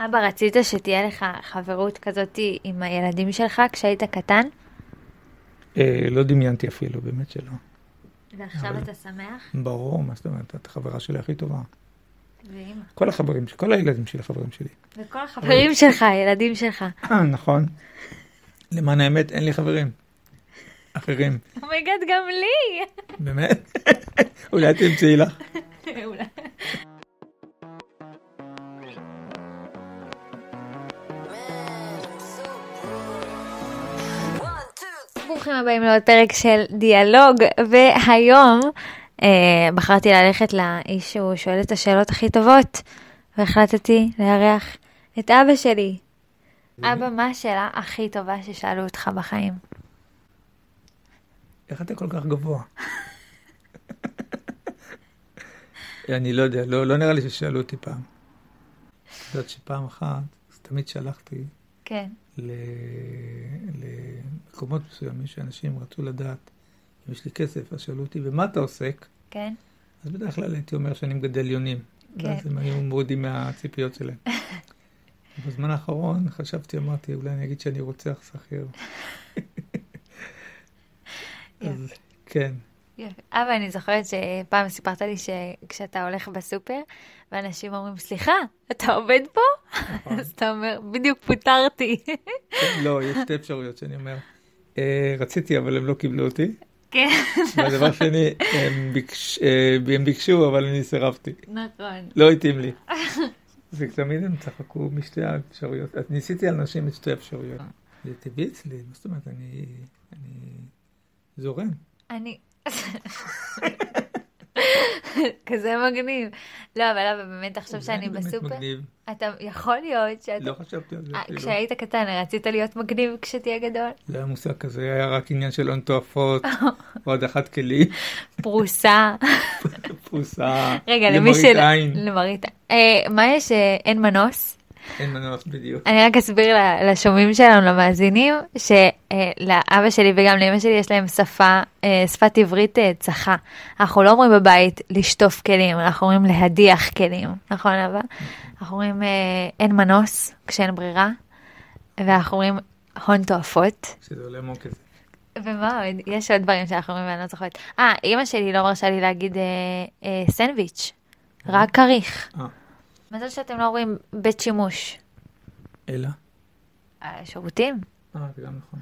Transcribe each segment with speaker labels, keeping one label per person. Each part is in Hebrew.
Speaker 1: אבא, רצית שתהיה לך חברות כזאת עם הילדים שלך כשהיית קטן?
Speaker 2: אה, לא דמיינתי אפילו, באמת שלא.
Speaker 1: ועכשיו
Speaker 2: אבל-
Speaker 1: אתה שמח?
Speaker 2: ברור, מה זאת אומרת? את החברה שלי הכי טובה.
Speaker 1: ואימא.
Speaker 2: כל החברים שלי, כל הילדים שלי חברים שלי.
Speaker 1: וכל החברים שלך, הילדים שלך.
Speaker 2: נכון. למען האמת, אין לי חברים. אחרים.
Speaker 1: אומייגד, גם לי!
Speaker 2: באמת? אולי תמצאי לך.
Speaker 1: ברוכים הבאים לעוד פרק של דיאלוג, והיום אה, בחרתי ללכת לאיש שהוא שואל את השאלות הכי טובות, והחלטתי לארח את אבא שלי. אבא, מה השאלה הכי טובה ששאלו אותך בחיים?
Speaker 2: איך אתה כל כך גבוה? אני לא יודע, לא, לא נראה לי ששאלו אותי פעם. את יודעת שפעם אחת, אז תמיד שלחתי
Speaker 1: כן.
Speaker 2: ל... למקומות מסוימים שאנשים רצו לדעת אם יש לי כסף, אז שאלו אותי, במה אתה עוסק?
Speaker 1: כן?
Speaker 2: אז בדרך כלל הייתי אומר שאני מגדל יונים.
Speaker 1: כן.
Speaker 2: ואז הם היו מורידים מהציפיות שלהם. בזמן האחרון חשבתי, אמרתי, אולי אני אגיד שאני רוצח שכיר. אז כן.
Speaker 1: יפה. אבל אני זוכרת שפעם סיפרת לי שכשאתה הולך בסופר, ואנשים אומרים, סליחה, אתה עובד פה?
Speaker 2: נכון.
Speaker 1: אז אתה אומר, בדיוק פוטרתי.
Speaker 2: לא, יש שתי אפשרויות שאני אומר. אה, רציתי, אבל הם לא קיבלו אותי.
Speaker 1: כן,
Speaker 2: והדבר שני, הם ביקש- אה, הם ביקשו, אבל אני סירבתי.
Speaker 1: נכון.
Speaker 2: לא התאים לי. ותמיד הם צחקו משתי האפשרויות. אז ניסיתי על נשים את שתי האפשרויות. זה טבעי אצלי, מה זאת אומרת? אני... אני זורם.
Speaker 1: אני... כזה מגניב. לא, אבל אבא, באמת, עכשיו
Speaker 2: אולי
Speaker 1: שאני
Speaker 2: אני באמת
Speaker 1: בסופר,
Speaker 2: מגניב.
Speaker 1: אתה יכול להיות שאתה...
Speaker 2: לא חשבתי על זה
Speaker 1: אה,
Speaker 2: אפילו.
Speaker 1: כשהיית קטן, רצית להיות מגניב כשתהיה גדול?
Speaker 2: לא היה מושג כזה, היה רק עניין של הון תועפות, או הדחת כלים,
Speaker 1: פרוסה.
Speaker 2: פרוסה,
Speaker 1: רגע, למי
Speaker 2: למראית
Speaker 1: ש...
Speaker 2: עין.
Speaker 1: למראית עין. אה, מה יש? אה, אין מנוס?
Speaker 2: אין מנוס בדיוק.
Speaker 1: אני רק אסביר ל- לשומעים שלנו, למאזינים, שלאבא שלי וגם לאמא שלי יש להם שפה, אה, שפת עברית אה, צחה. אנחנו לא אומרים בבית לשטוף כלים, אנחנו אומרים להדיח כלים, נכון אבא? אנחנו אומרים אה, אין מנוס כשאין ברירה, ואנחנו אומרים הון תועפות.
Speaker 2: שזה עולה המון כסף.
Speaker 1: ומה עוד? יש עוד דברים שאנחנו אומרים ואני לא זוכרת. אה, אמא שלי לא מרשה לי להגיד אה, אה, סנדוויץ', רק כריך.
Speaker 2: אה,
Speaker 1: מזל שאתם לא אומרים בית שימוש.
Speaker 2: אלא?
Speaker 1: אה, שירותים?
Speaker 2: אה, זה גם נכון.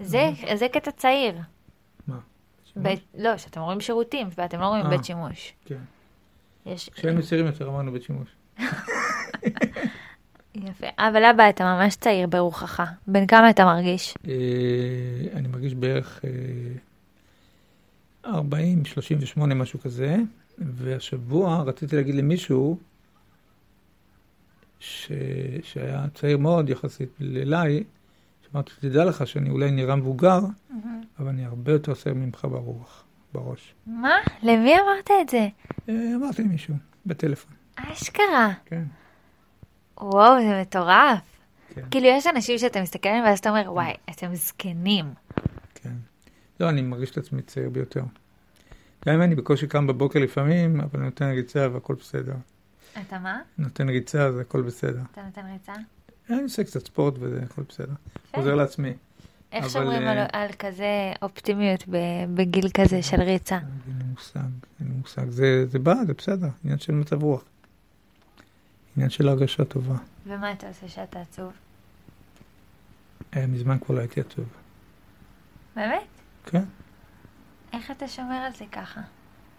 Speaker 1: זה, זה קטע צעיר.
Speaker 2: מה?
Speaker 1: בית, לא, שאתם אומרים שירותים, ואתם לא אומרים
Speaker 2: אה.
Speaker 1: בית שימוש.
Speaker 2: כן.
Speaker 1: יש...
Speaker 2: כשהיינו צעירים יותר אמרנו בית שימוש.
Speaker 1: יפה. אבל אבא, אתה ממש צעיר ברוחך. בן כמה אתה מרגיש?
Speaker 2: אה, אני מרגיש בערך אה, 40, 38, משהו כזה, והשבוע רציתי להגיד למישהו ש... שהיה צעיר מאוד יחסית אליי, שאמרתי, תדע לך שאני אולי נראה מבוגר, אבל אני הרבה יותר צעיר ממך ברוח, בראש.
Speaker 1: מה? למי אמרת את זה?
Speaker 2: אה, אמרתי למישהו, בטלפון.
Speaker 1: אשכרה.
Speaker 2: כן.
Speaker 1: וואו, זה מטורף.
Speaker 2: כן.
Speaker 1: כאילו, יש אנשים שאתם מסתכלים עליהם ואז אתה אומר, וואי, אתם זקנים.
Speaker 2: כן. לא, אני מרגיש את עצמי צעיר ביותר. גם אם אני בקושי קם בבוקר לפעמים, אבל אני נותן ריצה והכל בסדר.
Speaker 1: אתה מה?
Speaker 2: נותן ריצה, אז הכל בסדר.
Speaker 1: אתה נותן ריצה?
Speaker 2: אני עושה קצת ספורט וזה הכל בסדר.
Speaker 1: כן.
Speaker 2: עוזר לעצמי.
Speaker 1: איך
Speaker 2: אבל,
Speaker 1: שומרים
Speaker 2: אה,
Speaker 1: על, על כזה אופטימיות ב- בגיל כזה של ריצה?
Speaker 2: אין לי מושג, אין לי מושג. זה, זה בא, זה בסדר, עניין של מצב רוח. עניין של הרגשה טובה.
Speaker 1: ומה אתה עושה שאתה עצוב?
Speaker 2: אה, מזמן כבר לא הייתי עצוב.
Speaker 1: באמת?
Speaker 2: כן,
Speaker 1: איך אתה שומר על זה ככה?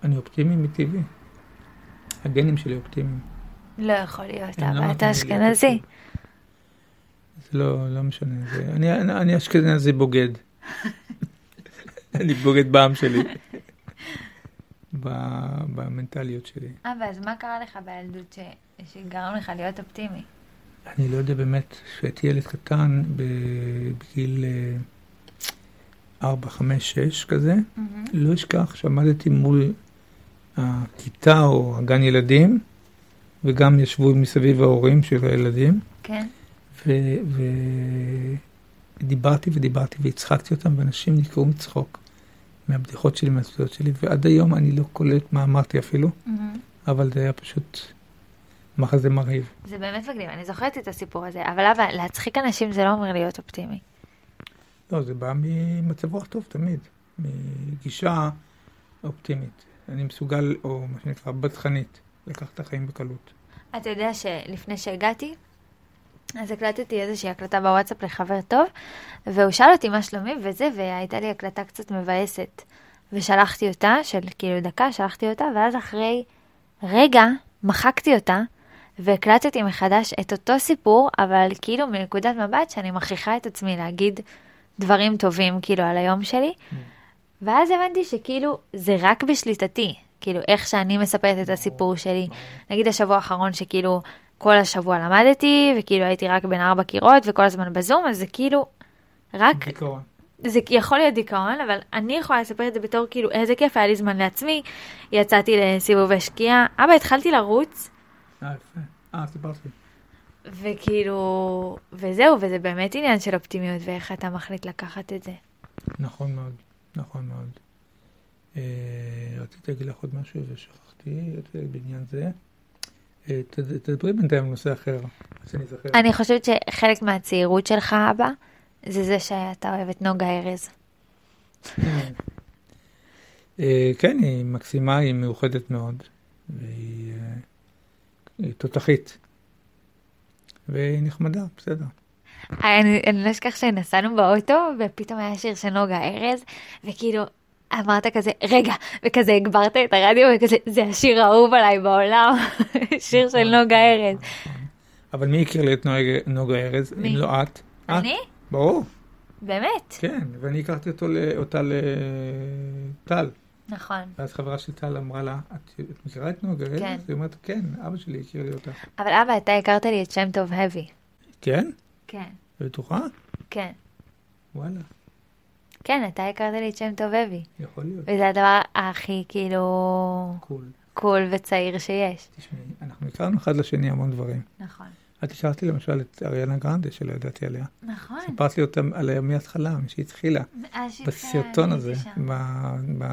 Speaker 2: אני אופטימי מטבעי. הגנים שלי אופטימיים.
Speaker 1: לא יכול להיות,
Speaker 2: הם לא
Speaker 1: אבל אתה
Speaker 2: נותנים לי להיות
Speaker 1: אשכנזי.
Speaker 2: עצוב. זה לא, לא משנה. זה, אני, אני, אני אשכנזי בוגד. אני בוגד בעם שלי. ב, במנטליות שלי.
Speaker 1: אבא, אז מה קרה לך בילדות ש- שגרם לך להיות אופטימי?
Speaker 2: אני לא יודע באמת, כשהייתי ילד קטן, ב- בגיל אה, 4, 5, 6 כזה, לא אשכח שעמדתי מול הכיתה או הגן ילדים, וגם ישבו מסביב ההורים של הילדים,
Speaker 1: כן?
Speaker 2: ו- ודיברתי ודיברתי והצחקתי אותם, ואנשים נקראו מצחוק מהבדיחות שלי, מהסטודיות שלי, ועד היום אני לא קולט מה אמרתי אפילו, אבל זה היה פשוט מחזה מרהיב.
Speaker 1: זה באמת מגניב, אני זוכרת את הסיפור הזה, אבל אבא, להצחיק אנשים זה לא אומר להיות אופטימי.
Speaker 2: לא, זה בא ממצב רוח טוב תמיד, מגישה אופטימית. אני מסוגל, או מה שנקרא, בטחנית, לקחת את החיים בקלות.
Speaker 1: אתה יודע שלפני שהגעתי, אז הקלטתי איזושהי הקלטה בוואטסאפ לחבר טוב, והוא שאל אותי מה שלומי וזה, והייתה לי הקלטה קצת מבאסת. ושלחתי אותה, של כאילו דקה, שלחתי אותה, ואז אחרי רגע מחקתי אותה, והקלטתי מחדש את אותו סיפור, אבל כאילו מנקודת מבט שאני מכריחה את עצמי להגיד דברים טובים כאילו על היום שלי. Mm. ואז הבנתי שכאילו זה רק בשליטתי, כאילו איך שאני מספרת את הסיפור שלי. נגיד השבוע האחרון שכאילו כל השבוע למדתי, וכאילו הייתי רק בין ארבע קירות וכל הזמן בזום, אז זה כאילו רק...
Speaker 2: דיכאון.
Speaker 1: זה יכול להיות דיכאון, אבל אני יכולה לספר את זה בתור כאילו איזה כיף, היה לי זמן לעצמי, יצאתי לסיבובי שקיעה, אבא התחלתי לרוץ,
Speaker 2: אה, יפה. אה, סיפרת לי.
Speaker 1: וכאילו, וזהו, וזה באמת עניין של אופטימיות ואיך אתה מחליט לקחת את זה.
Speaker 2: נכון מאוד, נכון מאוד. אה, רציתי להגיד לך עוד משהו ושכחתי אה, בעניין זה. אה, ת- תדברי בינתיים על נושא אחר, עד שאני אזכר.
Speaker 1: אני חושבת שחלק מהצעירות שלך, אבא, זה זה שאתה אוהב את נוגה ארז.
Speaker 2: אה, כן, היא מקסימה, היא מיוחדת מאוד, והיא אה, היא תותחית. והיא נחמדה, בסדר.
Speaker 1: אני, אני לא אשכח שנסענו באוטו, ופתאום היה שיר של נוגה ארז, וכאילו, אמרת כזה, רגע, וכזה הגברת את הרדיו, וכזה, זה השיר האהוב עליי בעולם, שיר של נוגה ארז.
Speaker 2: אבל מי הכיר לי את נוג- נוגה ארז?
Speaker 1: מי?
Speaker 2: אם לא את. את?
Speaker 1: אני?
Speaker 2: ברור,
Speaker 1: באמת?
Speaker 2: כן, ואני הכרתי אותו, ל- אותה לטל.
Speaker 1: נכון.
Speaker 2: ואז חברה של טל אמרה לה, את את מכירה את נוגה ארז?
Speaker 1: כן.
Speaker 2: היא אומרת, כן, אבא שלי הכיר לי אותה.
Speaker 1: אבל אבא, אתה הכרת לי את שם טוב heavy.
Speaker 2: כן?
Speaker 1: כן.
Speaker 2: בטוחה?
Speaker 1: כן.
Speaker 2: וואלה,
Speaker 1: כן, אתה הכרת לי את שם טוב אבי,
Speaker 2: יכול להיות.
Speaker 1: וזה הדבר הכי כאילו
Speaker 2: קול.
Speaker 1: קול וצעיר שיש.
Speaker 2: תשמעי, אנחנו הכרנו אחד לשני המון דברים.
Speaker 1: נכון.
Speaker 2: את השארתי למשל את אריאנה גרנדה, שלא ידעתי עליה.
Speaker 1: נכון,
Speaker 2: סיפרת לי אותה עליה מההתחלה, משהיא התחילה,
Speaker 1: מאז שהתחילה
Speaker 2: בסרטון
Speaker 1: הייתי
Speaker 2: הזה,
Speaker 1: שם.
Speaker 2: ב-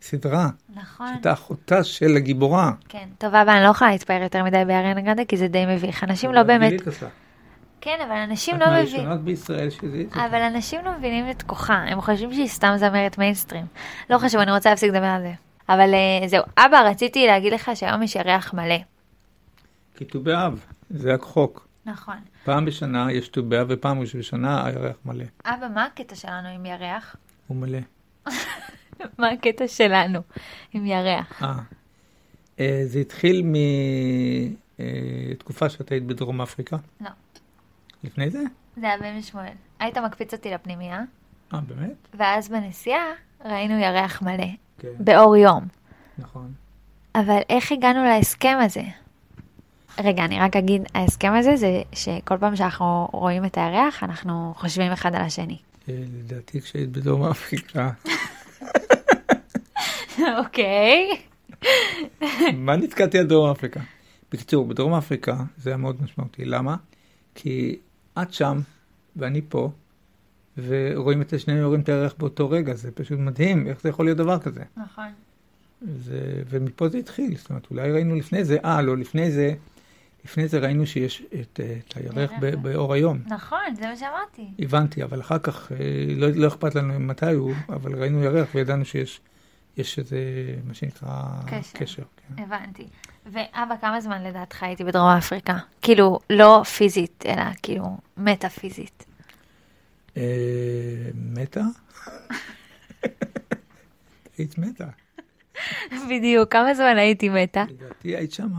Speaker 2: בסדרה,
Speaker 1: נכון.
Speaker 2: שהייתה אחותה של הגיבורה.
Speaker 1: כן, טוב אבא, אני לא יכולה להתפאר יותר מדי באריאנה גרנדה, כי זה די מביך. אנשים לא באמת...
Speaker 2: גילית אותה.
Speaker 1: כן, אבל אנשים
Speaker 2: את
Speaker 1: לא מבינים.
Speaker 2: מהראשונות בישראל שזיהית אותה.
Speaker 1: אבל אנשים לא מבינים את כוחה, הם חושבים שהיא סתם זמרת מיינסטרים. לא חשוב, אני רוצה להפסיק לדבר על זה. אבל אה, זהו, אבא, רציתי להגיד לך שהיום יש ירח מלא.
Speaker 2: כי ט"ו באב, זה החוק.
Speaker 1: נכון.
Speaker 2: פעם בשנה יש ט"ו באב ופעם בשנה הירח מלא.
Speaker 1: אבא, מה הקטע שלנו עם ירח?
Speaker 2: הוא מלא.
Speaker 1: מה הקטע שלנו עם ירח?
Speaker 2: אה. אה, זה התחיל מתקופה שאתה היית בדרום אפריקה?
Speaker 1: לא.
Speaker 2: לפני זה?
Speaker 1: זה היה בן שמואל. היית מקפיץ אותי לפנימייה,
Speaker 2: אה, באמת?
Speaker 1: ואז בנסיעה ראינו ירח מלא,
Speaker 2: כן,
Speaker 1: באור יום.
Speaker 2: נכון.
Speaker 1: אבל איך הגענו להסכם הזה? רגע, אני רק אגיד, ההסכם הזה זה שכל פעם שאנחנו רואים את הירח, אנחנו חושבים אחד על השני.
Speaker 2: אה, לדעתי כשהיית בדרום אפריקה,
Speaker 1: אוקיי.
Speaker 2: מה נתקעתי על דרום אפריקה? בקיצור, בדרום אפריקה זה היה מאוד משמעותי. למה? כי את שם ואני פה, ורואים את השנינו רואים את הערך באותו רגע, זה פשוט מדהים, איך זה יכול להיות דבר כזה?
Speaker 1: נכון.
Speaker 2: זה, ומפה זה התחיל, זאת אומרת, אולי ראינו לפני זה, אה, לא, לפני זה, לפני זה ראינו שיש את, אה, את הירח ב- באור היום.
Speaker 1: נכון, זה מה שאמרתי.
Speaker 2: הבנתי, אבל אחר כך, אה, לא, לא אכפת לנו מתי הוא, אבל ראינו ירח וידענו שיש יש איזה, מה שנקרא,
Speaker 1: קשר.
Speaker 2: קשר כן.
Speaker 1: הבנתי. ואבא, כמה זמן לדעתך הייתי בדרום אפריקה? כאילו, לא פיזית, אלא כאילו מטאפיזית.
Speaker 2: אה, מתה? היית מתה.
Speaker 1: בדיוק, כמה זמן הייתי מתה?
Speaker 2: לדעתי היית שמה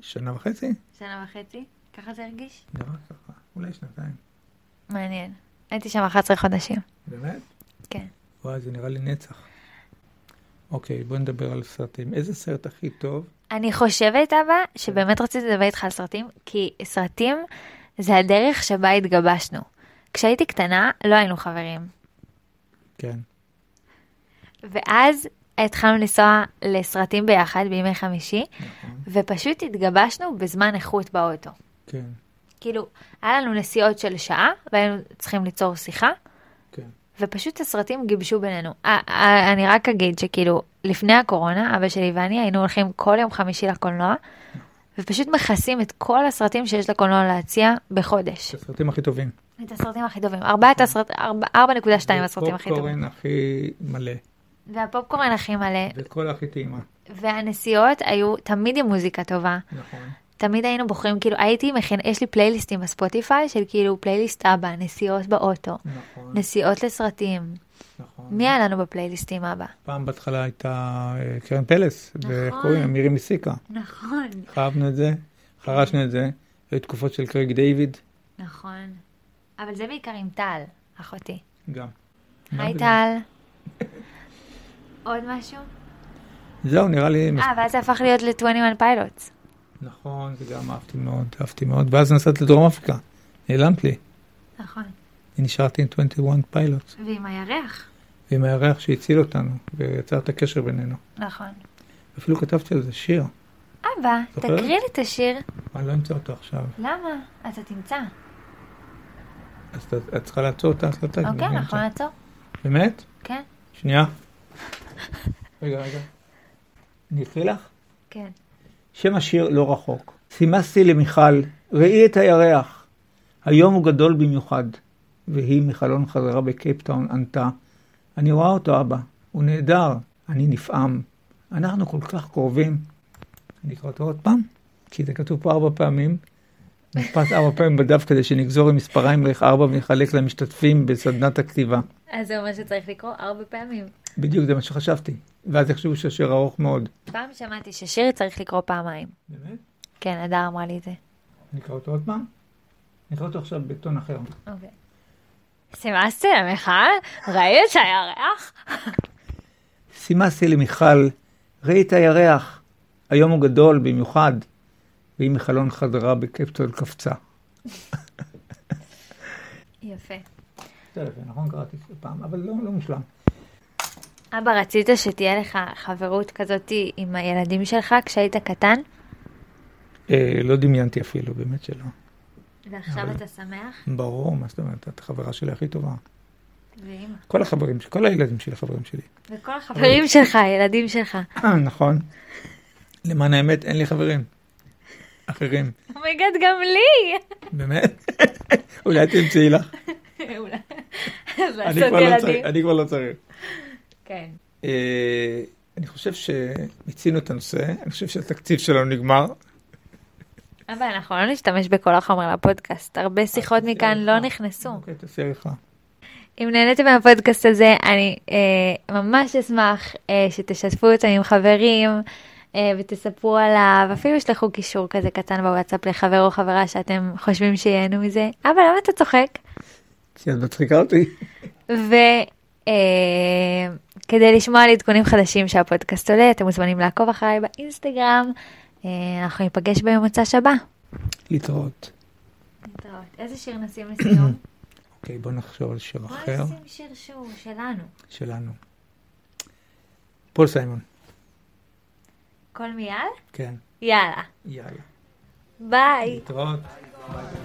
Speaker 2: שנה וחצי?
Speaker 1: שנה וחצי. ככה זה הרגיש?
Speaker 2: נראה ככה, אולי שנתיים.
Speaker 1: מעניין. הייתי שם 11 חודשים.
Speaker 2: באמת?
Speaker 1: כן.
Speaker 2: וואי, זה נראה לי נצח. אוקיי, בוא נדבר על סרטים. איזה סרט הכי טוב?
Speaker 1: אני חושבת, אבא, שבאמת רציתי לדבר איתך על סרטים, כי סרטים זה הדרך שבה התגבשנו. כשהייתי קטנה, לא היינו חברים.
Speaker 2: כן.
Speaker 1: ואז התחלנו לנסוע לסרטים ביחד בימי חמישי,
Speaker 2: נכון.
Speaker 1: ופשוט התגבשנו בזמן איכות באוטו.
Speaker 2: כן,
Speaker 1: כאילו, היה לנו נסיעות של שעה, והיינו צריכים ליצור שיחה,
Speaker 2: כן.
Speaker 1: ופשוט הסרטים גיבשו בינינו. אה, אה, אני רק אגיד שכאילו, לפני הקורונה, אבא שלי ואני היינו הולכים כל יום חמישי לקולנוע, ופשוט מכסים את כל הסרטים שיש לקולנוע להציע בחודש.
Speaker 2: זה הסרטים הכי טובים.
Speaker 1: את הסרטים הכי טובים. ארבעת הסרט- ארבע- 4.2 הסרטים הכי טובים.
Speaker 2: פופקורן הכי מלא,
Speaker 1: והפופקורן הכי מלא.
Speaker 2: וכל הכי טעימה,
Speaker 1: והנסיעות היו תמיד עם מוזיקה טובה.
Speaker 2: נכון.
Speaker 1: תמיד היינו בוחרים, כאילו הייתי מכין, יש לי פלייליסטים בספוטיפיי של כאילו פלייליסט אבא, נסיעות באוטו,
Speaker 2: נכון,
Speaker 1: נסיעות לסרטים.
Speaker 2: נכון.
Speaker 1: מי היה לנו בפלייליסטים אבא?
Speaker 2: פעם בהתחלה הייתה אה, קרן פלס, ואיך
Speaker 1: נכון.
Speaker 2: קוראים? לה? מירי מסיקה.
Speaker 1: נכון,
Speaker 2: חרבנו את זה, חרשנו את זה. היו תקופות של קרג דיוויד,
Speaker 1: נכון. אבל זה בעיקר עם טל, אחותי.
Speaker 2: גם.
Speaker 1: היי
Speaker 2: מה
Speaker 1: טל. עוד משהו?
Speaker 2: זה? זהו, נראה לי...
Speaker 1: אה, ואז זה הפך להיות ל-21 פיילוטס.
Speaker 2: נכון, זה גם אהבתי מאוד, אהבתי מאוד. ואז נסעת לדרום אפריקה, נעלמת לי.
Speaker 1: נכון.
Speaker 2: נשארתי עם 21 פיילוט,
Speaker 1: ועם הירח.
Speaker 2: ועם הירח שהציל אותנו, ויצר את הקשר בינינו.
Speaker 1: נכון.
Speaker 2: אפילו כתבתי על זה שיר,
Speaker 1: אבא,
Speaker 2: זוכרת?
Speaker 1: תקריא לי את השיר.
Speaker 2: אני לא אמצא אותו עכשיו.
Speaker 1: למה? אתה תמצא.
Speaker 2: אז את- את צריכה לעצור את ההקלטה. כי אני
Speaker 1: אוקיי,
Speaker 2: לא
Speaker 1: אנחנו
Speaker 2: אמצא.
Speaker 1: נעצור.
Speaker 2: באמת?
Speaker 1: כן?
Speaker 2: שנייה. רגע, רגע. אני אקריא לך?
Speaker 1: כן.
Speaker 2: שם השיר לא רחוק. סימסתי למיכל, ראי את הירח. היום הוא גדול במיוחד. והיא מחלון חזרה בקייפטאון ענתה, אני רואה אותו אבא, הוא נהדר, אני נפעם. אנחנו כל כך קרובים. אני אקרא אותו עוד פעם, כי זה כתוב פה ארבע פעמים. נדפס ארבע פעמים בדף כדי שנגזור עם מספריים לערך ארבע ונחלק למשתתפים בסדנת הכתיבה.
Speaker 1: אז זה אומר שצריך לקרוא ארבע פעמים.
Speaker 2: בדיוק זה מה שחשבתי. ואז יחשבו שהשיר ארוך מאוד.
Speaker 1: פעם שמעתי ששיר צריך לקרוא פעמיים.
Speaker 2: באמת?
Speaker 1: כן, הדר אמרה לי את זה.
Speaker 2: אני אקרא אותו עוד פעם? אני אקרא אותו עכשיו בטון אחר.
Speaker 1: אוקיי. סימסתי למיכל? ראית שהירח?
Speaker 2: סימסתי למיכל, ראי את הירח, היום הוא גדול במיוחד, והיא מחלון חדרה בקפטול קפצה.
Speaker 1: יפה.
Speaker 2: זה יפה, נכון? קראתי פעם, אבל לא, לא מושלם.
Speaker 1: אבא, רצית שתהיה לך חברות כזאת עם הילדים שלך כשהיית קטן?
Speaker 2: אה, לא דמיינתי אפילו, באמת שלא.
Speaker 1: ועכשיו
Speaker 2: אבל-
Speaker 1: אתה שמח?
Speaker 2: ברור, מה זאת אומרת, את החברה שלי הכי טובה.
Speaker 1: ואימא.
Speaker 2: כל החברים שלי, כל הילדים שלי חברים שלי.
Speaker 1: וכל החברים שלך, הילדים שלך.
Speaker 2: נכון. למען האמת, אין לי חברים. אחרים.
Speaker 1: אומייגד, גם לי!
Speaker 2: באמת? אולי תמצאי לך.
Speaker 1: אולי. אז
Speaker 2: אני
Speaker 1: לעשות
Speaker 2: כבר לא
Speaker 1: ילדים.
Speaker 2: צריך, אני כבר לא צריך.
Speaker 1: כן.
Speaker 2: אה, אני חושב שמיצינו את הנושא, אני חושב שהתקציב שלנו נגמר.
Speaker 1: אבל אנחנו לא נשתמש בכל החומר לפודקאסט, הרבה שיחות מכאן לא נכנסו.
Speaker 2: אה, אוקיי, תעשי עריכה.
Speaker 1: אם נהניתם מהפודקאסט הזה, אני אה, ממש אשמח אה, שתשתפו אותו עם חברים אה, ותספרו עליו, אפילו שלחו קישור כזה קטן בוואטסאפ לחבר או חברה שאתם חושבים שיהנו מזה. אבא, למה אתה צוחק?
Speaker 2: כי את מצחיקה אותי.
Speaker 1: וכדי אה, לשמוע על עדכונים חדשים שהפודקאסט עולה, אתם מוזמנים לעקוב אחריי באינסטגרם. אה, אנחנו ניפגש במוצא שבא.
Speaker 2: להתראות.
Speaker 1: להתראות. איזה שיר נשים לסיום?
Speaker 2: אוקיי, בוא נחשוב על שיר
Speaker 1: בואי
Speaker 2: אחר
Speaker 1: נשים שיר שהוא שלנו.
Speaker 2: שלנו. פול סיימון.
Speaker 1: כל מיד?
Speaker 2: כן.
Speaker 1: יאללה.
Speaker 2: יאללה.
Speaker 1: ביי.
Speaker 2: להתראות. ביי ביי.